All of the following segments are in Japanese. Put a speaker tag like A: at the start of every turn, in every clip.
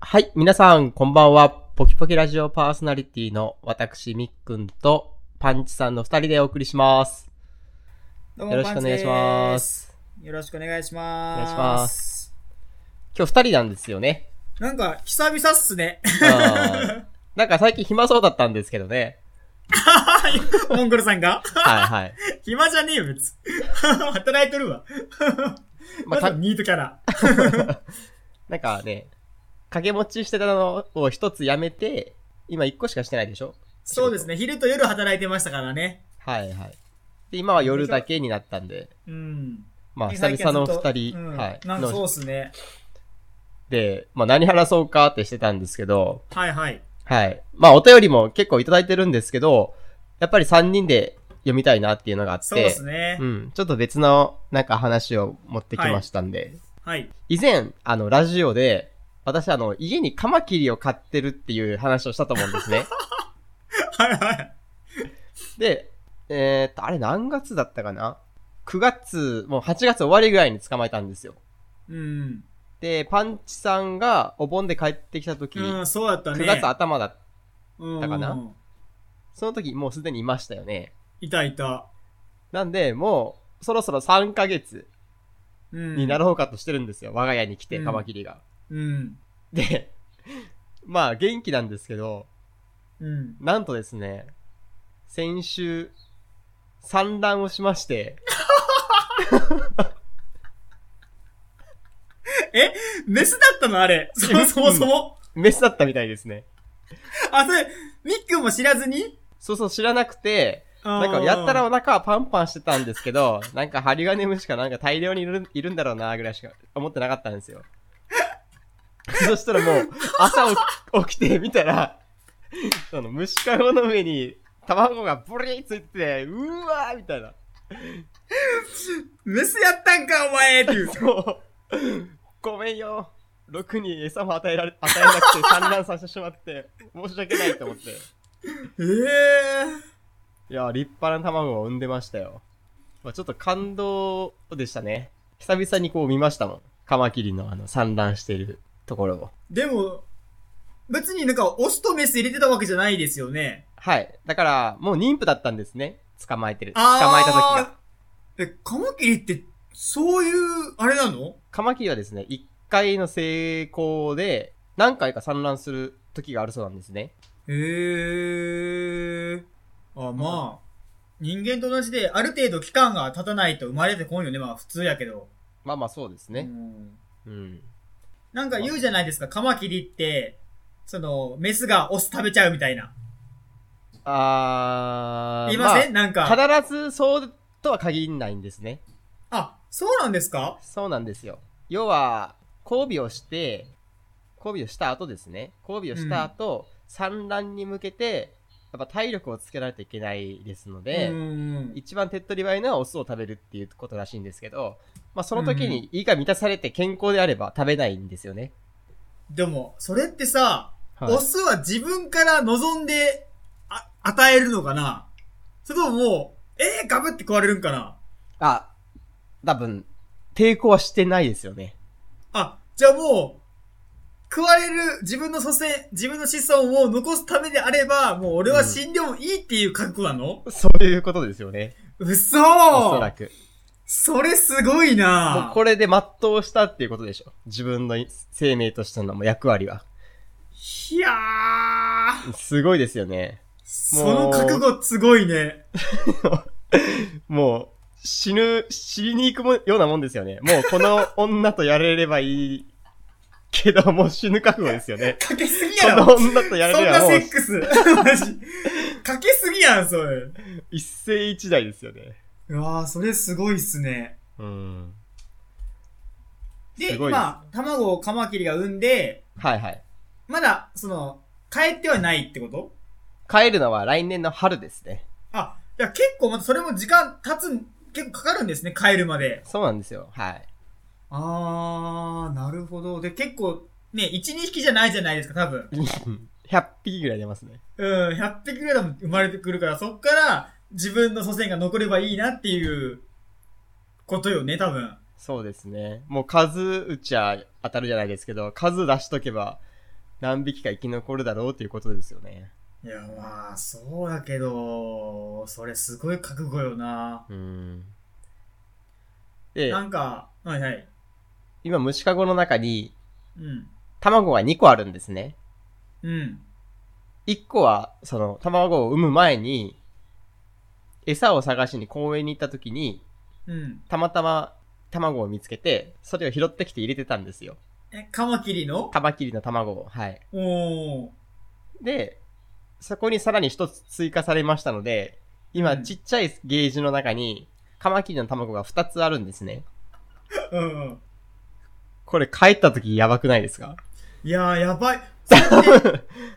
A: はい、皆さん、こんばんは。ポキポキラジオパーソナリティの私、みっくんとパンチさんの二人でお送りします。
B: どう
A: よろしくお願いしま。す。
B: よろしくお願いします。
A: お願いします。今日二人なんですよね。
B: なんか、久々っすね。
A: う んなんか最近暇そうだったんですけどね。
B: モンゴルさんが
A: はいはい。
B: 暇じゃねえよ、別 に。働いとるわ。
A: ま
B: ま
A: あ、
B: ず
A: か
B: ニートキャラ。
A: なんかね、掛け持ちしてたのを一つやめて、今一個しかしてないでしょ
B: そうですね。昼と夜働いてましたからね。
A: はいはい。で、今は夜だけになったんで、
B: うん。
A: まあ
B: え
A: 久々の
B: 最
A: 二
B: 近
A: 人、
B: はずっとうん
A: はい。
B: なんかそう
A: の
B: っすね。
A: で、まあ何話そうかってしてたんですけど、
B: はいはい。
A: はい。まあお便りも結構いただいてるんですけど、やっぱり三人で読みたいなっていうのがあって、
B: そうですね
A: う。ん。ちょっと別のなんか話を持ってきましたんで、
B: はい。
A: 以前、あの、ラジオで、私、あの、家にカマキリを飼ってるっていう話をしたと思うん ですね。
B: はいはい。
A: で、えーっと、あれ何月だったかな ?9 月、もう8月終わりぐらいに捕まえたんですよ。
B: うん。
A: で、パンチさんがお盆で帰ってきた時、
B: う
A: 9
B: ん、そうだったね。
A: 月頭だ。
B: うん
A: たかなその時もうすでにいましたよね。
B: いたいた。
A: なんで、もう、そろそろ3ヶ月
B: うん。
A: になろうかとしてるんですよ。我が家に来て、
B: うん
A: カマキリが。
B: うん。
A: で、 まあ、元気なんですけど、
B: うん。
A: なんとですね、先週、産卵をしまして、
B: えメスだったのあれ。そもそもそも。
A: メスだったみたいですね。
B: あ、それ、みっくんも知らずに
A: そうそう、知らなくて、なんか、やったらお腹はパンパンしてたんですけど、なんか、ハリガネムシかなんか大量にいるいるんだろうな、ぐらいしか思ってなかったんですよ。そしたらもう、朝起き起きてみたら、その、虫かごの上に、卵がボリーついてて、うーわーみたいな。
B: メスやったんか、お前っていう。
A: もう、ごめんよ。ろくに餌も与えられ、与えなくて産卵させてしまって、申し訳ないと思って。い
B: え
A: や、立派な卵を産んでましたよ。まあ、ちょっと感動でしたね。久々にこう見ましたもん。カマキリのあの産卵してるところを。
B: ー、でも、別になんか、オスとメス入れてたわけじゃないですよね。
A: はい。だから、もう妊婦だったんですね。捕まえてる。捕
B: あー
A: まえた時が。
B: え、カマキリって、そういう、あれなの
A: カマキリはですね、一回の成功で、何回か産卵する時があるそうなんですね。
B: へー。あ、まあ、人間と同じで、ある程度期間が経たないと生まれてこんよね。まあ、普通やけど。
A: まあまあそうです
B: う
A: ね。
B: ん
A: うん。
B: なんか言うじゃないですか、カマキリって、その、メスがオス食べちゃうみたいな。
A: あー。
B: 言いません、なんか。
A: 必ずそうとは限らないんですね。
B: あ、そうなんですか
A: そうなんですよ。要は、交尾をして、交尾をした後ですね。交尾をした後、産卵に向けて、やっぱ体力をつけないといけないですので、
B: うん
A: 一番手っ取り早いのはオスを食べるっていうことらしいんですけど、まあその時に胃が満たされて健康であれば食べないんですよね。
B: でも、それってさ、
A: はい
B: オスは自分から望んで、あ、与えるのかなそれとももう、えー、ガブって食われるんかな
A: あ、多分、抵抗はしてないですよね。
B: あ、じゃあもう、食われる自分の祖先、自分の子孫を残すためであれば、もう俺は死んでもいいっていう覚悟なの、
A: そういうことですよね。
B: 嘘
A: おそらく。
B: それすごい
A: もう
B: な
A: これで全うしたっていうことでしょ。自分の生命としてのもう役割は。
B: いやー、
A: すごいですよね。
B: その覚悟すごいね。
A: もう、死ぬ、死にに行くもようなもんですよね。もうこの女とやれればいいけど、もう死ぬ覚悟ですよね。
B: かけすぎ
A: こ
B: やろ
A: の女とやれ
B: そん
A: れば
B: な
A: もう
B: セックス。 マジかけすぎやん、それ。
A: 一世一代ですよね。
B: うわー、それすごいっすね。
A: うん。
B: で、
A: すごいです
B: 今、卵をカマキリが産んで、
A: はいはい。
B: まだ、その、帰ってはないってこと
A: 帰るのは来年の春ですね。
B: あ、いや、結構またそれも時間経つん、結構かかるんですね、帰るまで。
A: そうなんですよ。はい。
B: あー、なるほど。で、結構、ね、1、2匹じゃないじゃないですか、多分。
A: 100匹ぐらい出ますね。
B: うん、100匹ぐらい多分生まれてくるから、そっから、自分の祖先が残ればいいなっていう、ことよね、多分。
A: そうですね。もう数打ちゃ当たるじゃないですけど、数出しとけば、何匹か生き残るだろうということですよね。
B: いや、まあ、そうだけど、それすごい覚悟よな。
A: うん。で
B: な、んか、はいはい。
A: 今虫かごの中に
B: うん。
A: 卵が2個あるんですね。
B: うん。
A: 1個は、その、卵を産む前に、餌を探しに公園に行った時に、
B: うん。
A: たまたま卵を見つけて、それを拾ってきて入れてたんですよ。
B: え、カマキリの
A: カマキリの卵を。はい。
B: おー。
A: で、そこにさらに一つ追加されましたので、今、
B: うん
A: ちっちゃいゲージの中に、カマキリの卵が2つあるんですね。
B: うんうん。
A: これ帰った時やばくないですか
B: いやー、やばい。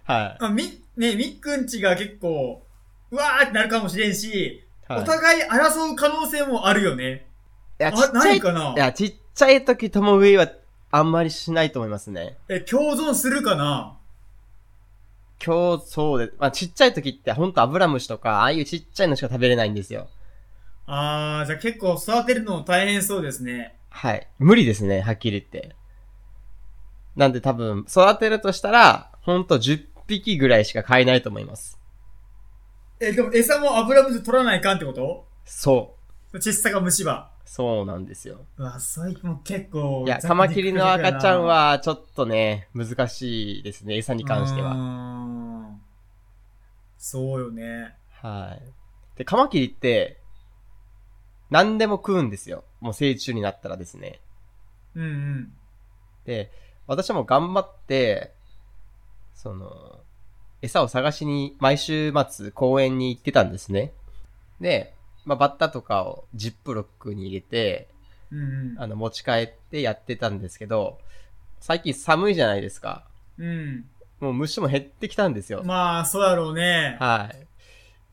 A: は
B: あみ、ね、みっくんちが結構、うわーってなるかもしれんし、
A: い。はい、
B: お互い争う可能性もあるよね。
A: いや、ち
B: あ、
A: っちゃ
B: ない
A: い、い
B: かな
A: や、ちっちゃい時とも上はあんまりしないと思いますね。
B: え、共存するかな
A: 今日、そうで、まあ、ちっちゃい時ってほんとアブラムシとか、ああいうちっちゃいのしか食べれないんですよ。
B: あー、じゃあ結構育てるの大変そうですね。
A: はい。無理ですね、はっきり言って。なんで多分、育てるとしたら、ほんと10匹ぐらいしか買えないと思います。
B: え、でも餌も油分取らないかんってこと
A: そ
B: 小さか虫歯。
A: う。そうなんですよ。
B: うわ、最近も結構。
A: いや、
B: ざっくり
A: カマキリの赤ちゃん
B: くる
A: は、ちょっとね、難しいですね、餌に
B: くるかな、
A: 関しては。
B: うーん。そうよね。
A: はい。で、カマキリって、何でも食うんですよ。もう成虫になったらですね。
B: うんうん。
A: で、私も頑張って、その、餌を探しに毎週末公園に行ってたんですね。で、まあ、バッタとかをジップロックに入れて、
B: うん
A: あの、持ち帰ってやってたんですけど、最近寒いじゃないですか。
B: うん。
A: もう虫も減ってきたんです
B: う
A: よ
B: ん。。まあ、そうやろうね。
A: は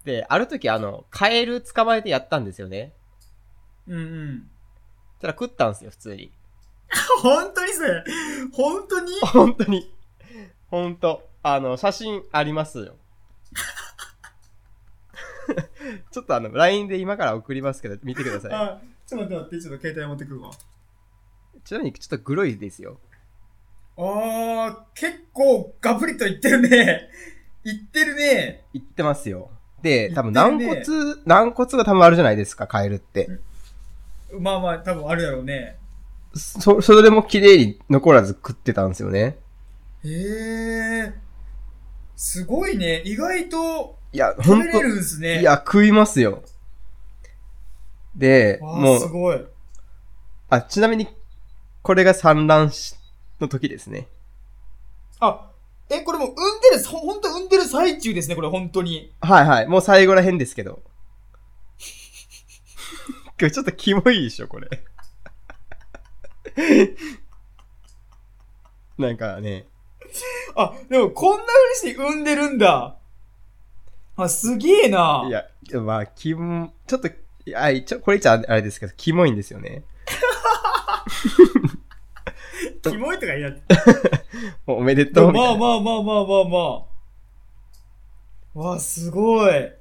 A: い。で、ある時あの、カエル捕まえてやったんですよね。
B: うんうん。
A: そしたら食ったんですよ、普通に。
B: 本当にそれ本当に
A: 本当に。本当。あの、写真ありますよ。 ちょっとあの、LINE で今から送りますけど、見てくださ
B: あ、ちょっと待って待って、ちょっと携帯持ってくるわ。
A: い。ちなみに、ちょっとグロいですよ。
B: あー、結構ガブリといってるね。 いってるね。
A: 言ってますよ。で、多分
B: 言ってる
A: 軟骨、
B: ね
A: 軟骨が多分あるじゃないですか、カエルって。
B: まあまあ、多分あるやろうね。
A: そ、それも綺麗に残らず食ってたんですよね。
B: へえ。すごいね。意外と
A: いや、
B: 食
A: 本
B: べれ
A: 当
B: るんですね。
A: いや、食いますよ。で、
B: わあ、
A: も
B: す
A: う、
B: ごい。
A: あ、ちなみに、これが産卵し、の時ですね。
B: あ、え、これもう産んでる、ほ本当産んでる最中ですね、これ本当に。
A: はいはい。もう最後らへんですけ ど。今日ちょっとキモいでしょ、これ。 なんかね、
B: あ、でもこんな風にして産んでるんだ。あ、すげえな。
A: いや、まあ、キモ、ちょっと、いや、ちょこれ言っちゃあれですけど、キモいんですよね。
B: キモいとか言いなって。
A: もうおめでとうみたい
B: ま
A: な。
B: あまあまあまあまあまあ。わあ、すごい。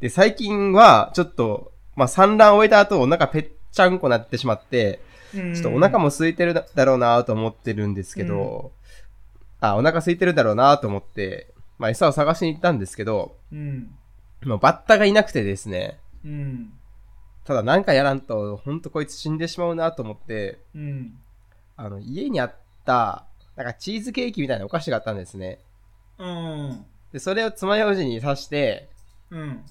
A: で、最近は、ちょっと、まあ、産卵を終えた後、お腹ぺっちゃんこなってしまって、
B: ちょ
A: ちょっとお腹も空いてるだだろうなと思ってるんですけど、あ、お腹空いてるだろうなと思って、まあ、餌を探しに行ったんですけど、
B: うん。
A: もうバッタがいなくてですね、
B: うん。
A: ただなんかやらんと、ほんとこいつ死んでしまうなと思って、
B: うん。
A: あの、家にあった、なんかチーズケーキみたいなお菓子があったんですね。
B: うん。
A: で、それを爪楊枝に刺して、
B: うん。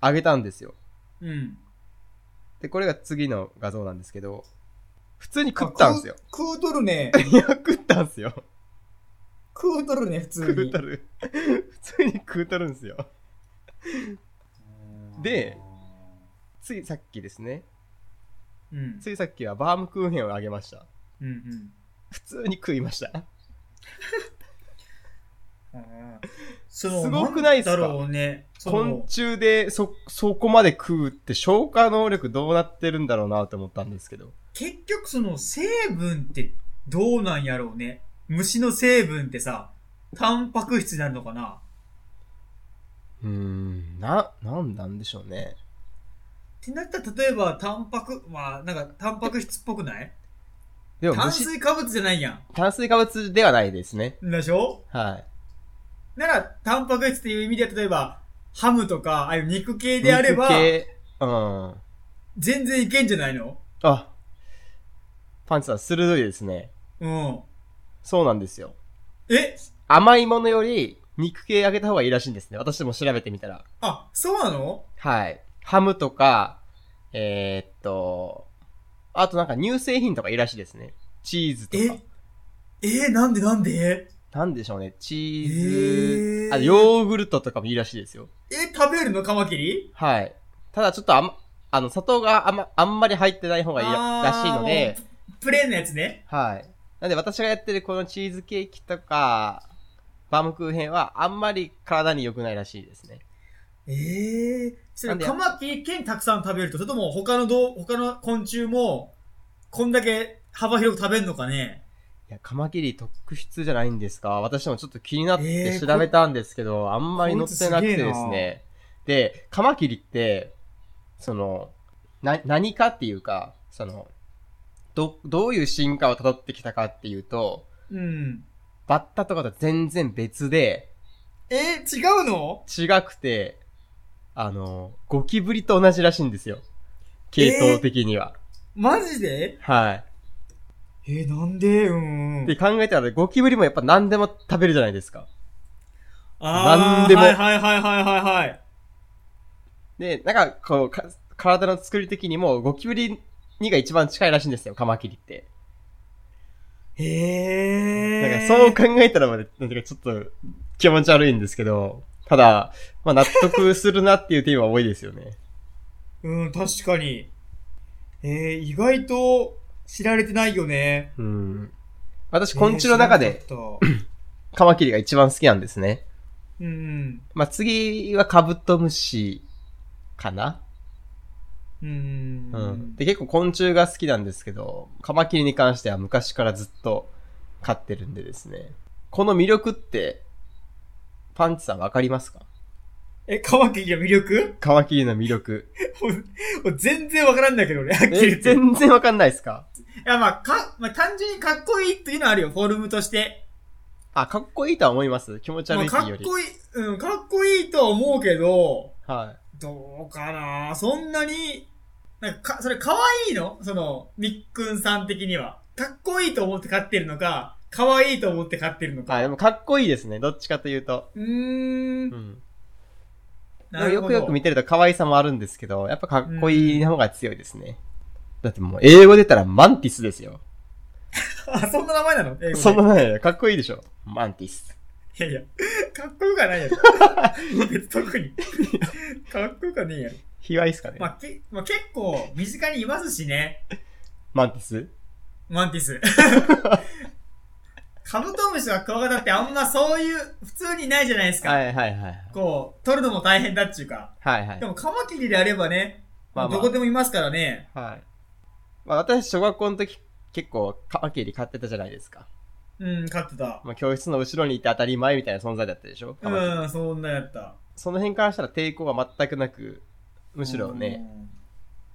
A: あげたんですよ。
B: うん。
A: で、これが次の画像なんですけど、普通に食ったんですよ。
B: 食う。食うとるね。
A: いや、食ったんすよ。
B: 食うとるね、普通に。
A: 食うとる。 普通に食うとるんすよ。で、ついさっきですね。
B: うん。
A: ついさっきはバームクーヘンをあげました。
B: うんうん。
A: 普通に食いました。
B: す
A: すごくないっすか
B: だろうね。そ
A: 昆
B: の
A: 虫でそ、そこまで食うって消化能力どうなってるんだろうなと思ったんですけど。
B: 結局その成分ってどうなんやろうね。虫の成分ってさ、タンパク質になるのかな
A: うーん、な、なんなんでしょうね。
B: ってなったら例えばタンパク、まあなんかタンパク質っぽくない
A: でも
B: 炭
A: 無視、
B: 水化物じゃないやん。
A: 炭水化物ではないですね。
B: でしょ
A: はい。
B: なら、タンパク質っていう意味では、例えば、ハムとか、ああいう肉系であれ
A: 肉、
B: ば
A: 系うん。
B: 全然いけんじゃないの
A: あ、パンツさん鋭いですね。
B: うん。
A: そうなんですよ。
B: え
A: 甘いものより肉系あげた方がいいらしいんですね。私も調べてみたら。
B: あ、そうなの
A: はい。ハムとか、えーっと、あとなんか乳製品とかいいらしいですね。チーズとか
B: え。えーなんでなんで
A: なんでしょうね。チ
B: え
A: ーズ、
B: ー、
A: あ、ヨーグルトとかもいいらしいですよ。
B: え、食べるのカマキリ
A: はい。ただちょっとあん、あの、砂糖があんま、あんまり入ってない方がいいら
B: あー
A: らしいので、
B: プレーンのやつね。
A: はい。なんで私がやってるこのチーズケーキとか、バームクーヘンはあんまり体に良くないらしいですね。
B: ええー。それ
A: なんで
B: カマキリけんたくさん食べると、それとも他のどう、他の昆虫も、こんだけ幅広く食べんのかね
A: いや、カマキリ特筆じゃないんですか私もちょっと気になっ
B: え
A: て
B: ー
A: 調べたんですけど、あんまり載ってなくてで
B: こいつ
A: す
B: すげ
A: ね。で、カマキリって、その、な、何かっていうか、その、ど、どういう進化を辿ってきたかっていうと、
B: うん。
A: バッタとかと全然別で、
B: えー違うの
A: 違くて、あの、ゴキブリと同じらしいんですよ。系統的には。
B: マジで
A: は
B: えーなんでうんう
A: い。
B: ん。
A: で、考えたら、ゴキブリもやっぱ何でも食べるじゃないですか。
B: あー
A: なんでも
B: はいはいはいはいはいはい。
A: で、なんか、こう、か体の作り的にも、ゴキブリにが一番近いらしいんですよ、カマキリって。
B: へ
A: な
B: え。
A: んか、そう考えたらまで、なんていうか、ちょっと、気持ち悪いんですけど、ただ、まあ、納得するなっていうテーマは多いですよね。
B: うん、確かに。えー、意外と知られてないよね。
A: うん。私、昆虫の中で、
B: えー。知らなかった
A: カマキリが一番好きなんですね。
B: うん。
A: まあ、次はカブトムシ、かな
B: うん。
A: うん。で、結構昆虫が好きなんですけど、カマキリに関しては昔からずっと飼ってるんでですね。この魅力って、パンチさんわかりますか
B: え、カマキリの魅力
A: カマキリの魅 力。
B: もう全然わからんだけど、俺、はっきり
A: え、
B: 言って。い
A: 全然わかんないですか
B: や、まあ、か、まあ、単純にかっこいいっていうのはあるよ、フォルムとして。
A: あ、かっこいいとは思います気持ち
B: ま
A: 悪い
B: あ、
A: っていう
B: か
A: よ
B: っ
A: り。
B: こいい、うん、かっこいいとは思うけど、
A: は
B: どうかなそんなに、なんか、かそれ可愛いのその、みっくんさん的には。かっこいいと思って飼ってるのか、可愛いと思って飼ってるの
A: い。あ、
B: か。
A: でもかっこいいですね。どっちかというと。
B: うーん
A: う。ん。で
B: な
A: も
B: る
A: よ
B: ほ
A: く
B: ど
A: よく見てると可愛さもあるんですけど、やっぱかっこいい方が強いですね。だってもう英語出たらマンティスですよ。
B: あ、そんな名前なの英語で
A: そんなね、かっこいいでしょ。マンティス。
B: いやいや、かっこよく はないやろ。別に特に。かっこよくはねえやろ。
A: 卑猥ですかね。
B: まあ、け、まあ、結構、身近にいますしね。
A: マンティス
B: マンテ ィス。カブトムシとかクワガタってあんまそういう、普通にないじゃないですか。
A: はいはいはい。
B: こう、取るのも大変だっちゅうか。
A: はいはい
B: で。も、カマキリであればね、
A: まあまあ
B: どこでもいますからね。
A: はい。まあ私、小学校の時結構カマキリ飼ってたじゃないですか。
B: うん、飼ってた。
A: まあ教室の後ろにいて当たり前みたいな存在だったでしょカマキリ
B: うん、そんなやった。
A: その辺からしたら抵抗は全くなく、むしろね、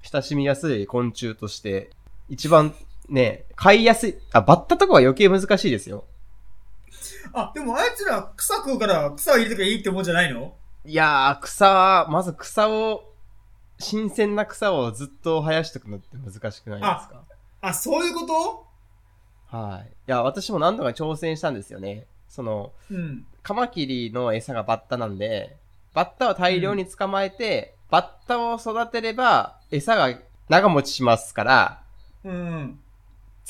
A: 親しみやすい昆虫として、一番ね、飼いやすい、あ、バッタとかは余計難しいですよ。
B: うん。あ、でもあいつら草食うから草を入れてからいいって思うんじゃないの
A: いやー、草は、まず草を、新鮮な草をずっと生やしとくのって難しくないですか
B: あ、そういうこと
A: はい。いや、私も何度か挑戦したんですよね。その、
B: うん。
A: カマキリの餌がバッタなんで、バッタを大量に捕まえて、バッタを育てれば、餌が長持ちしますから、
B: うん。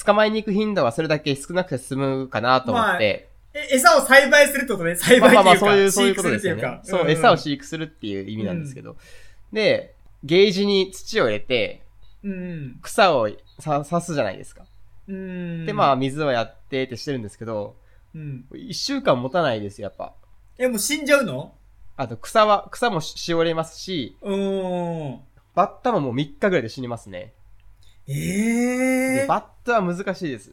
A: 捕まえに行く頻度はそれだけ少なくて済むかなと思って、
B: え、餌を栽培するってことね。栽培っていうか。
A: そういう、そうい
B: 飼
A: う
B: 育
A: こと
B: する
A: で
B: っ
A: す
B: てい
A: よ
B: う
A: ね
B: か。。
A: そう、
B: ん
A: 餌を飼育するっていう意味なんですけど。で、ゲージに土を入れて、
B: うん。
A: 草をさ刺すじゃないですか。
B: うん。
A: で、まあ、、水をやってってしてるんですけど、
B: うん。
A: 一週間持たないですよ、やっぱ。
B: え、もう死んじゃうの
A: あと、草は、草もししおれますし、
B: うーん。
A: バッタももう3日ぐらいで死にますね。
B: え
A: で
B: え
A: バッタは難しいです。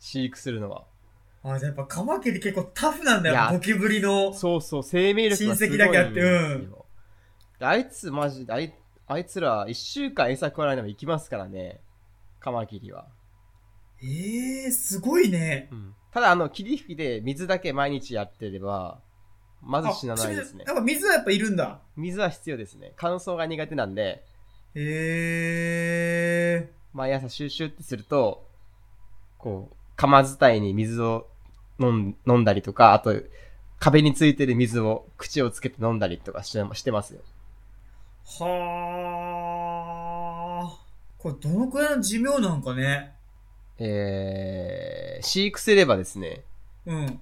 A: 飼育するのは。
B: あ、じゃあやっぱカマキリ結構タフなんだ
A: いや
B: よ。ゴキブリの。
A: そうそう、生命力がすごいん
B: 親戚だけあってうん
A: ですよ。であいつ、マジで、あいあいつら、一週間餌食わないのも行きますからね。カマキリは。
B: えええー、すごいね。
A: うんただ、あの、霧吹きで水だけ毎日やってれば、まず死なないですね
B: あ。やっぱ水はやっぱいるんだ。
A: 水は必要ですね。乾燥が苦手なんで、
B: え
A: 毎朝シューシューってすると、こう、釜伝いに水を飲ん飲んだりとか、あと、壁についてる水を口をつけて飲んだりとかしてしてますよ。
B: えー。はあ。これどのくらいの寿命なんかね。
A: えー、飼育すればですね、
B: うん。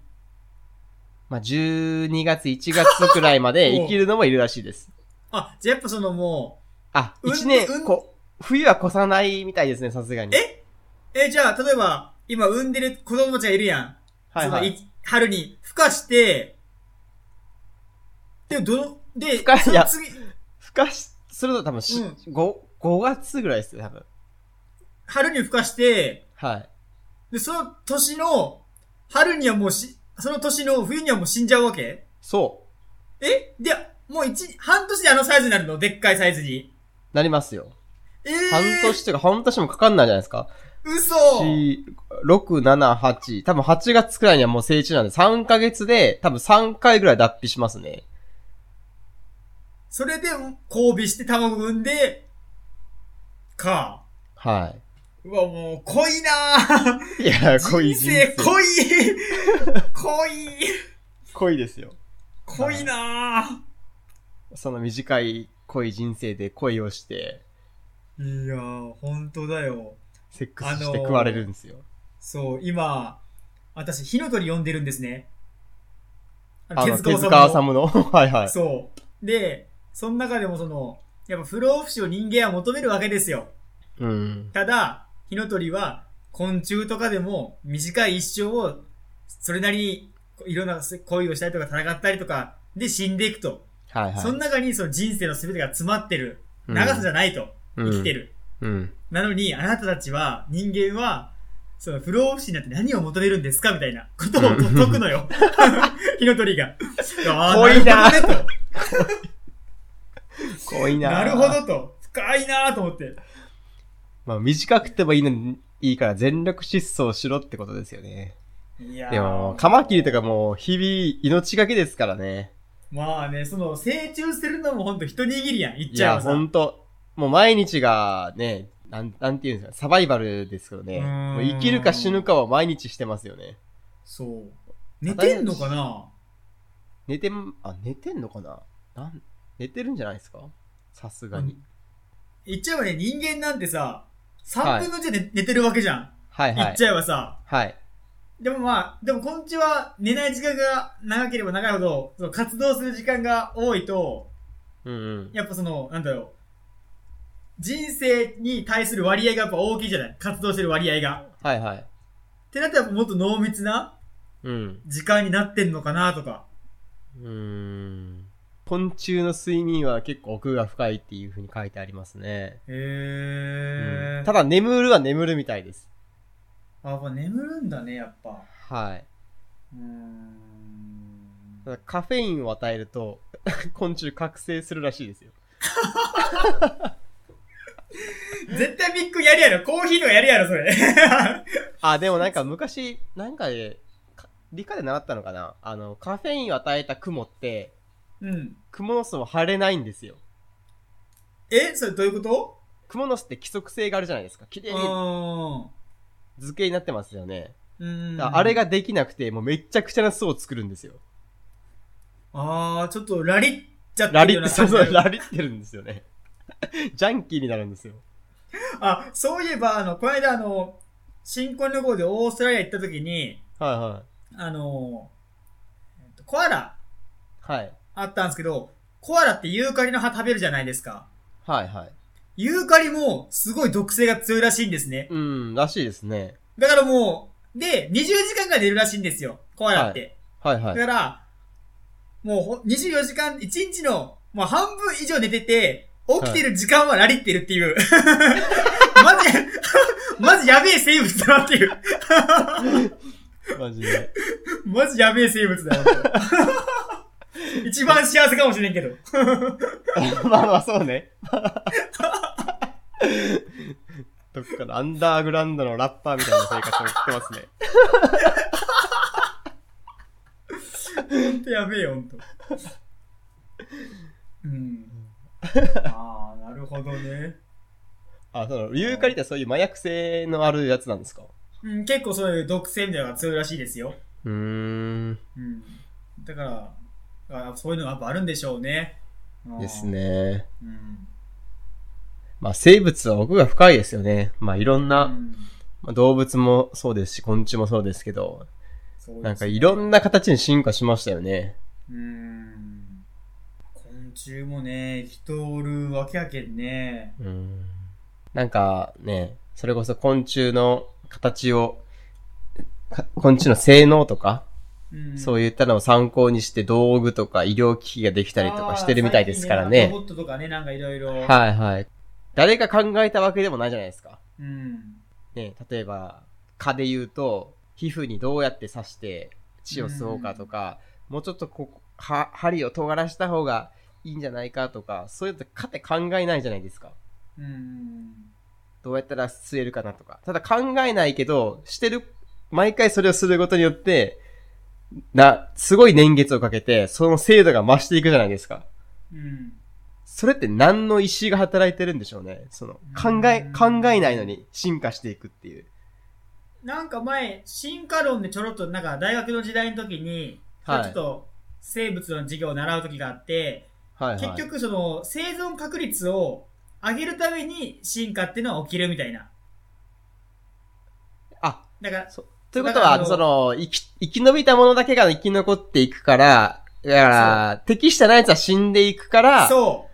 A: まあ、12月、1月くらい まで生きるのもいるらしいです。
B: あ、じゃあやっぱそのも
A: あ、
B: うん
A: 1年、
B: うん
A: こ、冬は越さないみたいですね、さすがに。
B: えう、え、じゃあ例えば、今産んでる子供たちがいるやん。
A: はいは
B: その
A: い。
B: い春に、孵化して、で、どの、で、
A: 孵化
B: その
A: いや
B: 次、
A: 孵化し、すると多分し、
B: うん
A: 5、5月ぐらいですよ、多分。
B: 春に孵化して、
A: はい。
B: で、その年の、春にはもうし、その年の冬にはもう死んじゃうわけ
A: そう。
B: えで、もう一、半年であのサイズになるのでっかいサイズに。
A: なりますよ。
B: えー、
A: 半年というか、半年もかかんないじゃないですか。
B: 嘘
A: 4 6、7、8。多分8月くらいにはもう成虫なんで、3ヶ月で、多分3回ぐらい脱皮しますね。
B: それで、交尾して卵産んで、か。
A: は
B: うわ、もう、濃いなぁ。
A: い。いや、濃い
B: 人生濃い 濃い
A: 濃いですよ。
B: 濃いなぁ。
A: その短い濃い人生で恋をして、
B: いやー、本当だよ。
A: セックスして食われるんですよ。
B: そう、今、私、火の鳥呼んでるんですね。
A: あの、手
B: の
A: 塚治虫の。 はいはい。
B: そう。で、その中でもその、やっぱ不老不死を人間は求めるわけですよ。
A: うん。
B: ただ、火の鳥は昆虫とかでも短い一生をそれなりにこういろんな恋をしたりとか戦ったりとかで死んでいくと。
A: はいはい。
B: その中にその人生の全てが詰まってる。
A: うん
B: 長さじゃないと。生きてる。
A: うん。
B: なのに、あなたたちは、人間は、その不老不死になって何を求めるんですかみたいなことを
A: うん
B: 解くのよ。 火の鳥が。あー
A: 濃いな
B: るほどね
A: 濃い
B: と
A: なぁ
B: なるほどと。深いなーと思って。
A: まあ、短くてもいいのに、いいから全力疾走しろってことですよね。
B: いやー
A: でも、カマキリとかもう日々命がけですからね。
B: まあね、その、成虫するのもほんと一握りやん。言っ
A: い
B: ちゃえ
A: や、
B: ばさ
A: ほんと、もう毎日がね、なん、なんていうんですか、サバイバルですけどね。
B: うーん
A: もう生きるか死ぬかは毎日してますよね。
B: そう。寝てんのかな
A: 寝てん、あ、寝てんのかななん寝てるんじゃないですかさすがに。
B: 言っちゃえばね、人間なんてさ、
A: は
B: 3
A: い
B: 分の1で寝寝てるわけじゃん。
A: はいは
B: 言っ
A: い。
B: ちゃえばさ。
A: はい。
B: でもまあ、でも昆虫は寝ない時間が長ければ長いほど、その活動する時間が多いと、
A: うんうん。
B: やっぱその、なんだろう。人生に対する割合がやっぱ大きいじゃない活動してる割合が。
A: はいはい。
B: ってなったらもっと濃密な
A: うん。
B: 時間になってんのかなとか。
A: うーん。昆虫の睡眠は結構奥が深いっていう風に書いてありますね。
B: へ
A: う
B: ー。
A: んただ眠るは眠るみたいです。
B: あ、やっぱ眠るんだね、やっぱ。
A: はい。
B: うーん
A: た。だカフェインを与えると、 昆虫覚醒するらしいですよ。
B: 絶対ビッグやるやろ。コーヒーとかやるやろ、それ。
A: あ、でもなんか昔、なんかで、か理科で習ったのかなあの、カフェインを与えた雲って、
B: うん。
A: クモの巣も腫れないんですよ。
B: えそれどういうこと
A: クモの巣って規則性があるじゃないですか。綺麗に
B: あ
A: 図形になってますよね。
B: ーうん。
A: だからあれ。ができなくて、もうめっちゃくちゃな巣を作るんですよ。
B: あー、ちょっとラリっちゃって
A: ラ
B: る
A: リ
B: よう
A: って、
B: な
A: そ
B: 感
A: うそ
B: じだよ
A: う、ラリってるんですよね。 ジャンキーになるんですよ。
B: あ、そういえば、あの、この間、あの、新婚旅行でオーストラリア行った時に、
A: はいは
B: あの、えっとコアラ
A: い。はい。
B: あったんですけど、コアラってユーカリの葉食べるじゃないですか。
A: はいはい。
B: ユーカリもすごい毒性が強いらしいんですね。
A: うん、らしいですね。
B: だからもう、で、20時間が出るらしいんですよ。コアラって。
A: はいはい。
B: だから、もうほ24時間、1日の、もう半分以上寝てて、起きてる時間はラリってるっ ていう。マジ、マジやべえ生物だなっていう。
A: マジで。
B: マジやべえ生物だよ。一番幸せかもしれんけど。
A: まあまあそうね。どっかのアンダーグラウンドのラッパーみたいな生活を送ってますね。
B: ほんとやべえよ、ほんと。 うん。ああ、なるほどね。
A: あ、その、ユーカリってそういう麻薬性のあるやつなんですか
B: うん、結構そういう毒性みたいなのが強いらしいですよ。
A: うーん。
B: うん。だから、あそういうのがやっぱあるんでしょうね。あー
A: です。ね。
B: うん。
A: まあ生物は奥が深いですよね。まあいろんな、
B: うん
A: まあ動物もそうですし、昆虫もそうですけど、
B: そうです
A: なんかいろんな形に進化しましたよね。
B: うーん。昆虫もね、人おるわけやけんね。
A: うん。なんかね、それこそ昆虫の形を、か昆虫の性能とか、
B: うん、
A: そう
B: う
A: いったのを参考にして道具とか医療機器ができたりとかしてるみたいですからね
B: ロ。ボットとかね、なんかいろいろ。
A: はいはい。誰が考えたわけでもないじゃないですか。
B: うん。
A: ね、例えば、蚊で言うと、皮膚にどうやって刺して血を吸おうかとか、もうちょっとここは針を尖らした方がいいんじゃないかとか、そういうのって蚊って考えないじゃないですか。
B: うん。
A: どうやったら吸えるかなとか。ただ考えないけど、してる、毎回それをすることによって、な、すごい年月をかけて、その精度が増していくじゃないですか。
B: うん。
A: それって何の意思が働いてるんでしょうね。その、考え、
B: うん
A: 考えないのに進化していくっていう。
B: なんか前、進化論でちょろっと、なんか大学の時代の時に、
A: はい
B: ちょっと生物の授業を習う時があって、
A: はい、はい。
B: 結局その生存確率を上げるために進化っていうのは起きるみたいな。
A: あ、
B: だから、
A: ということ
B: だからあ
A: は、
B: の
A: その、生き、生き延びたものだけが生き残っていくから、だから、適したないやつは死んでいくから、そ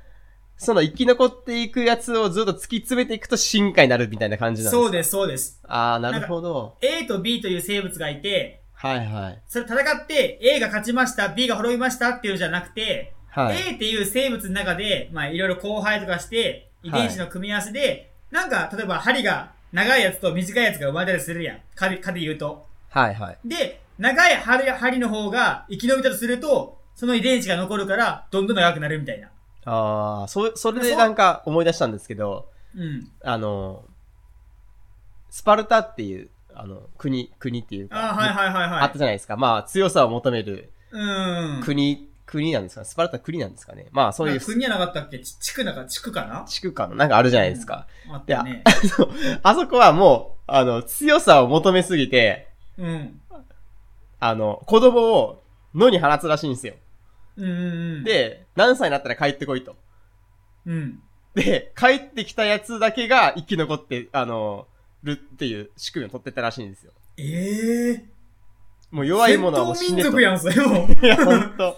B: そ
A: の生き残っていくやつをずっと突き詰めていくと進化になるみたいな感
B: う、
A: じなんですか
B: そうです、そうです。
A: ああ、なるほど。
B: A と B という生物がいて、
A: はいはい。
B: それ戦って、A が勝ちました、B が滅びましたっていうのじゃなくて、
A: はい。
B: A っていう生物の中で、まあいろいろ交配とかして、遺伝子の組み合わせで、なんか、例えば針が長いやつと短いやつが生まれたりするやん。かで、かで言うと。
A: はいはい。
B: で、長い針針の方が生き延びたとすると、その遺伝子が残るから、どんどん長くなるみたいな。
A: ああ、そ、それでなんか思い出したんですけど、
B: うん。
A: あの、スパルタっていう、あの、国、国っていうか、
B: ああ、はいはいはいはい。
A: あったじゃないですか。まあ、強さを求める
B: うん。
A: 国、国なんですかね。スパルタ国なんですかね。まあ、そういう
B: な国じゃなかったっけち地区なんか、地区かな
A: 地区間のなんかあるじゃないですか。
B: あったね。
A: あそこはもう、あの、強さを求めすぎて、
B: うん。
A: あの、子供を野に放つらしいんですよ。
B: うんうんうん。、
A: で、何歳になったら帰ってこいと。
B: うん。
A: で、帰ってきたやつだけが生き残って、あの、るっていう仕組みを取ってったらしいんですよ。
B: ええ
A: もう
B: ー。
A: 弱いものはもう死ん
B: 戦闘民
A: でと。
B: 族やん、それも。
A: いや、ほんと。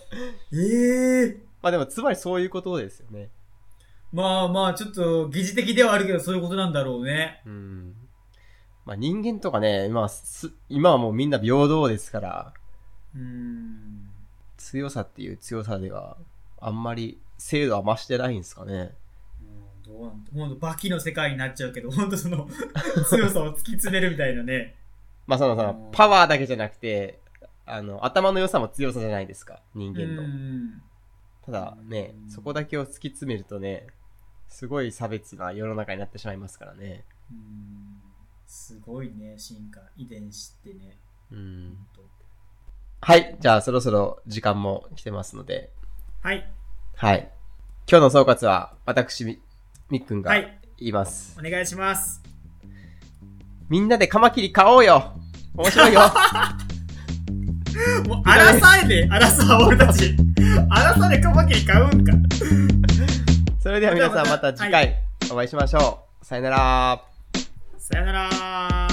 B: ええー。
A: まあでも、つまりそういうことですよね。
B: まあまあ、ちょっと、疑似的ではあるけど、そういうことなんだろうね。
A: うん。まあ人間とかね、今はす、今はもうみんな平等ですから、
B: うーん。
A: 強さっていう強さでは、あんまり精度は増してないんですかね。
B: うんどうなんだもう、バキの世界になっちゃうけど、ほんとその、強さを突き詰めるみたいなね。
A: まあそのそうの
B: ん、
A: パワーだけじゃなくて、あの、頭の良さも強さじゃないですか、人間
B: う
A: の。
B: ん。
A: ただね
B: う、ん
A: そこだけを突き詰めるとね、すごい差別な世の中になってしまいますからね。
B: うんすごいね、進化。遺伝子ってね。
A: うん。
B: ほんと
A: はい、じゃあそろそろ時間も来てますので、
B: はい。
A: はい。今日の総括は、私、みみっくんが
B: は
A: 言
B: い。
A: います。
B: お願いします。
A: みんなでカマキリ買おうよ面白い よ
B: もう、荒さえで、荒さは俺たち。荒さでカマキリ買うんか。
A: それでは皆さんまた次
B: は
A: 回お会いしましょう。さよなら
B: さよなら